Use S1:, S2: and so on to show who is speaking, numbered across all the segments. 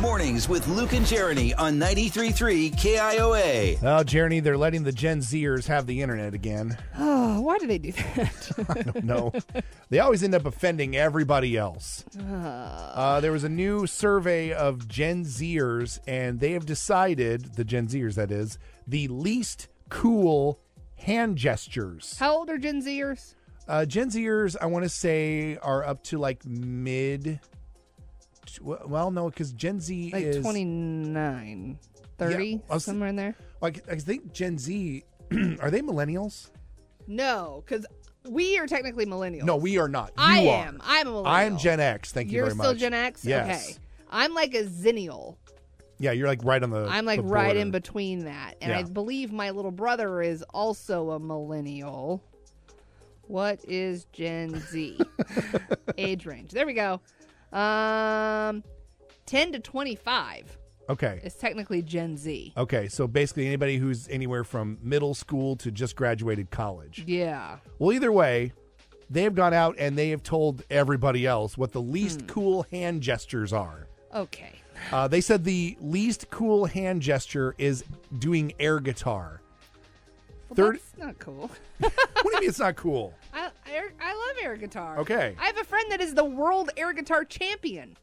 S1: Mornings with Luke and Jeremy on 93.3 KIOA.
S2: Oh, Jeremy, they're letting the Gen Zers have the internet again.
S3: Oh, why do they do that?
S2: I don't know. they always end up offending everybody else. Uh, there was a new survey of Gen Zers, and they have decided, the Gen Zers, that is, the least cool hand gestures.
S3: How old are Gen Zers?
S2: Uh, Gen Zers, I want to say, are up to like mid. Well, no, because Gen Z
S3: Like
S2: is.
S3: twenty nine, thirty, 29, 30,
S2: I was-
S3: somewhere in there?
S2: Like, I think Gen Z, are they millennials?
S3: No, because we are technically millennials.
S2: No, we are not. You
S3: I
S2: are.
S3: am. I'm a millennial.
S2: I'm Gen X. Thank you
S3: You're
S2: very much.
S3: still Gen X?
S2: Yes.
S3: Okay. I'm like a zennial.
S2: Yeah, you're like right on the.
S3: I'm like
S2: the
S3: right
S2: border.
S3: in between that. And I
S2: Yeah.
S3: believe my little brother is also a millennial. What is Gen Z? Age range. There we go. Um 10 to 25
S2: Okay.
S3: is technically Gen Z.
S2: Okay. So basically, anybody who's anywhere from middle school to just graduated
S3: Mm.
S2: college.
S3: Yeah.
S2: Well, either way, they have gone out and they have told everybody else what the
S3: Hmm.
S2: least cool hand gestures are.
S3: Okay.
S2: Uh, they said the least cool hand gesture is doing air guitar.
S3: Well,
S2: Thirty-
S3: that's not cool.
S2: what do you mean it's not cool?
S3: I, air, I love air guitar.
S2: Okay.
S3: I have a friend that is the world air guitar champion.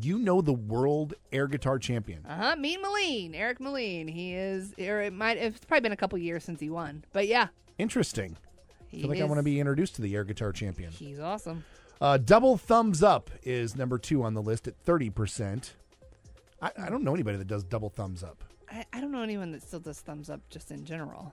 S2: You know the world air guitar champion.
S3: Uh huh. Mean Moline, Eric Moline. He is, or it might, it's probably been a couple years since he won, but yeah.
S2: Interesting. I
S3: He
S2: feel like I
S3: is-
S2: want to be introduced to the air guitar champion.
S3: He's awesome.
S2: Uh, double thumbs up is number two on the list at 30%. I, I don't know anybody that does double thumbs up.
S3: I, I don't know anyone that still does thumbs up just in general.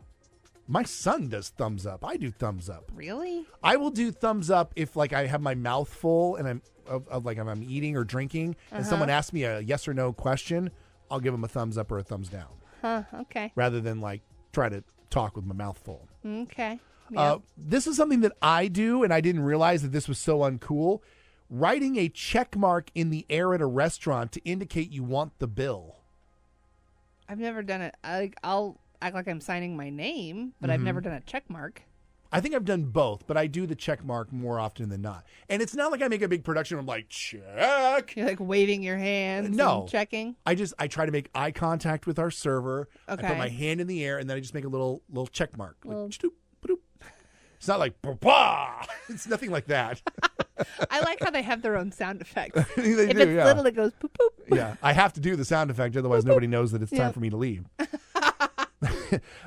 S2: My son does thumbs up. I do thumbs up.
S3: Really?
S2: I will do thumbs up if like I have my mouth full and I'm of, of like if I'm eating or drinking and someone asks me a yes or no question, I'll give them a thumbs up or a thumbs down
S3: Huh. Okay.
S2: rather than like try to talk with my mouth full.
S3: Okay.
S2: Uh, this is something that I do, and I didn't realize that this was so uncool. Writing a check mark in the air at a restaurant to indicate you want the bill.
S3: I've never done it. I, I'll act like I'm signing my name, but I've
S2: Mm-hmm.
S3: never done a check mark.
S2: I think I've done both, but I do the check mark more often than not. And it's not like I make a big production. I'm like check.
S3: You're like waving your hands. and
S2: No.
S3: checking.
S2: I just I try to make eye contact with our server. I
S3: Okay.
S2: put my hand in the air, and then I just make a little little check mark. Like,
S3: Little-
S2: chdoop, badoop. It's not like bah, bah. It's nothing like that.
S3: I like how they have their own sound effects.
S2: They
S3: if
S2: do,
S3: it's
S2: yeah.
S3: little, it goes poop poop.
S2: yeah, I have to do the sound effect, otherwise nobody knows that it's
S3: Yeah.
S2: time for me to leave.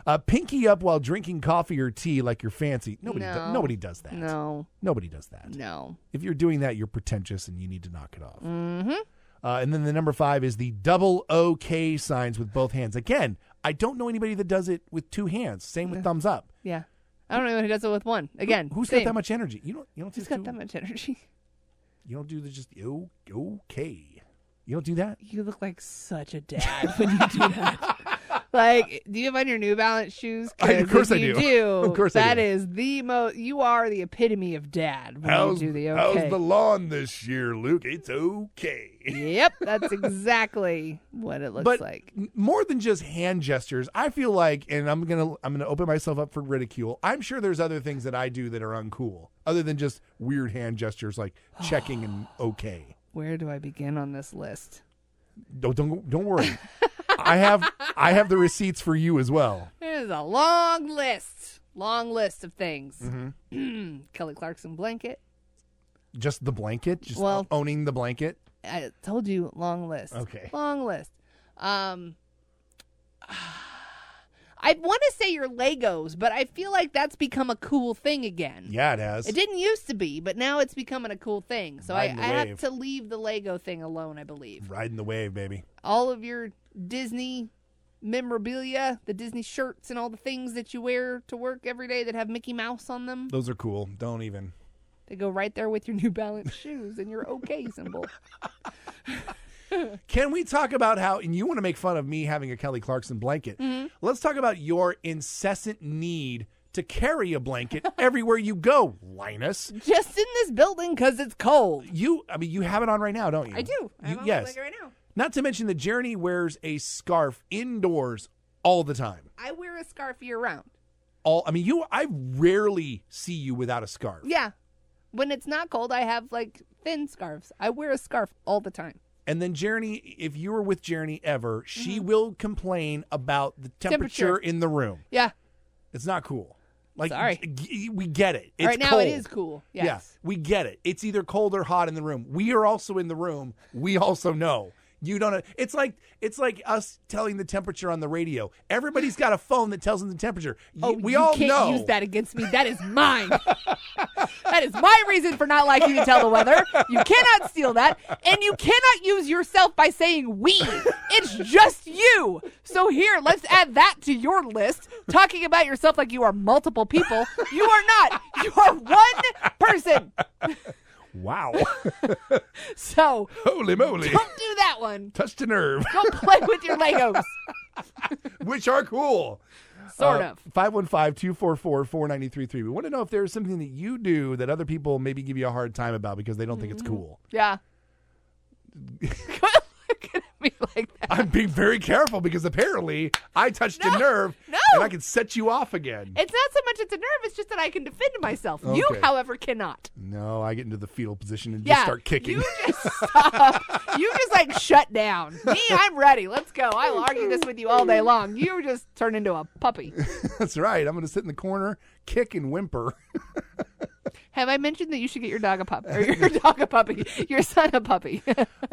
S2: uh, pinky up while drinking coffee or tea, like your fancy. Nobody, do-
S3: No.
S2: nobody does that.
S3: No,
S2: Nobody does that.
S3: no.
S2: If you're doing that, you're pretentious and you need to knock it off. Mm-hmm. Uh, and then the number five is the double OK signs with both hands. Again, I don't know anybody that does it with two hands. Same with thumbs up.
S3: Yeah. I don't know who does it with one. Again,
S2: Who's
S3: same.
S2: got that much energy? You don't. You don't
S3: Who's
S2: just
S3: got
S2: do,
S3: that much energy?
S2: You don't do the just "O- okay. You don't do that.
S3: You look like such a dad when you do that. like, do you have on your New Balance shoes? 'Cause
S2: I- of course
S3: if
S2: I
S3: you
S2: do. Of course I
S3: That
S2: do.
S3: is the most. You are the epitome of dad when you do the okay.
S2: lawn this year, Luke? It's okay.
S3: yep, that's exactly what it looks
S2: But
S3: like.
S2: m- more than just hand gestures, I feel like, and I'm gonna I'm gonna open myself up for ridicule. I'm sure there's other things that I do that are uncool, other than just weird hand gestures like checking and okay.
S3: Where do I begin on this list?
S2: Don't don't don't worry. I have I have the receipts for you as well.
S3: There's a long list, long list of things.
S2: Mm-hmm.
S3: Kelly Clarkson blanket.
S2: Just the blanket, just
S3: Well-
S2: owning the blanket.
S3: I told you long list.
S2: Okay.
S3: Long list. Um I want to say your Legos, but I feel like that's become a cool thing again.
S2: Yeah, it has.
S3: It didn't used to be, but now it's becoming a cool thing. So I, I
S2: Riding the
S3: have
S2: wave.
S3: to leave the Lego thing alone, I believe.
S2: Riding the wave, baby.
S3: All of your Disney memorabilia, the Disney shirts and all the things that you wear to work every day that have Mickey Mouse on them,
S2: Those are cool. Don't even.
S3: they go right there with your New Balance shoes and your OK symbol.
S2: Can we talk about how, and you want to make fun of me having a Kelly Clarkson blanket?
S3: Mm-hmm.
S2: Let's talk about your incessant need to carry a blanket everywhere you go, Linus.
S3: Just in this building because it's cold.
S2: You, I mean, you have it on right now, don't you?
S3: I do. I
S2: You-
S3: have
S2: yes.
S3: yes. right now.
S2: Not to mention that Jeremy wears a scarf indoors all the time.
S3: I wear a scarf year round.
S2: All, I mean, you. I rarely see you without a scarf.
S3: Yeah. When it's not cold, I have like thin scarves. I wear a scarf all the time.
S2: And then Jeremy, if you were with Jeremy ever, she will complain about the temperature,
S3: Mm-hmm. Temperature.
S2: in the room.
S3: Yeah.
S2: It's not cool. Like
S3: Sorry.
S2: g- g- we get it. It's
S3: right now
S2: cold.
S3: it is cool. Yes.
S2: Yeah, we get it. It's either cold or hot in the room. We are also in the room. We also know. You don't. It's like it's like us telling the temperature on the radio. Everybody's got a phone that tells them the temperature. Y-
S3: Oh,
S2: we
S3: you
S2: all
S3: can't
S2: know.
S3: use that against me. That is mine. that is my reason for not liking to tell the weather. You cannot steal that, and you cannot use yourself by saying we. It's just you. So here, let's add that to your list. Talking about yourself like you are multiple people. You are not. You are one person.
S2: Wow!
S3: So
S2: Holy moly!
S3: don't do that one.
S2: Touched a nerve,
S3: Don't play with your Legos.
S2: which are cool. Uh,
S3: Sort of.
S2: 515-244-4933. We want to know if there's something that you do that other people maybe give you a hard time about because they don't think it's
S3: Mm-hmm.
S2: cool.
S3: Yeah. Quit looking at me like that.
S2: I'm being very careful because apparently I touched a nerve
S3: no.
S2: and I can set you off again.
S3: It's not so much it's a nerve, it's just that I can defend myself. You,
S2: Okay.
S3: however, cannot.
S2: No, I get into the fetal position and
S3: Yeah.
S2: just start kicking.
S3: You just stop. you just like shut down. Me, I'm ready. Let's go. I'll argue this with you all day long. You just turn into a puppy.
S2: That's right. I'm going to sit in the corner, kick and whimper.
S3: Have I mentioned that you should get your dog a puppy or your dog a puppy? Your son a puppy.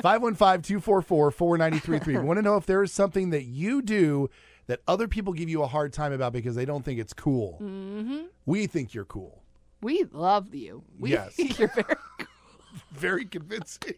S2: 515-244-4933. We want to know if there is something that you do that other people give you a hard time about because they don't think it's cool. Mm-hmm. We think you're cool.
S3: we love you. We
S2: Yes.
S3: think you're very
S2: Very convincing.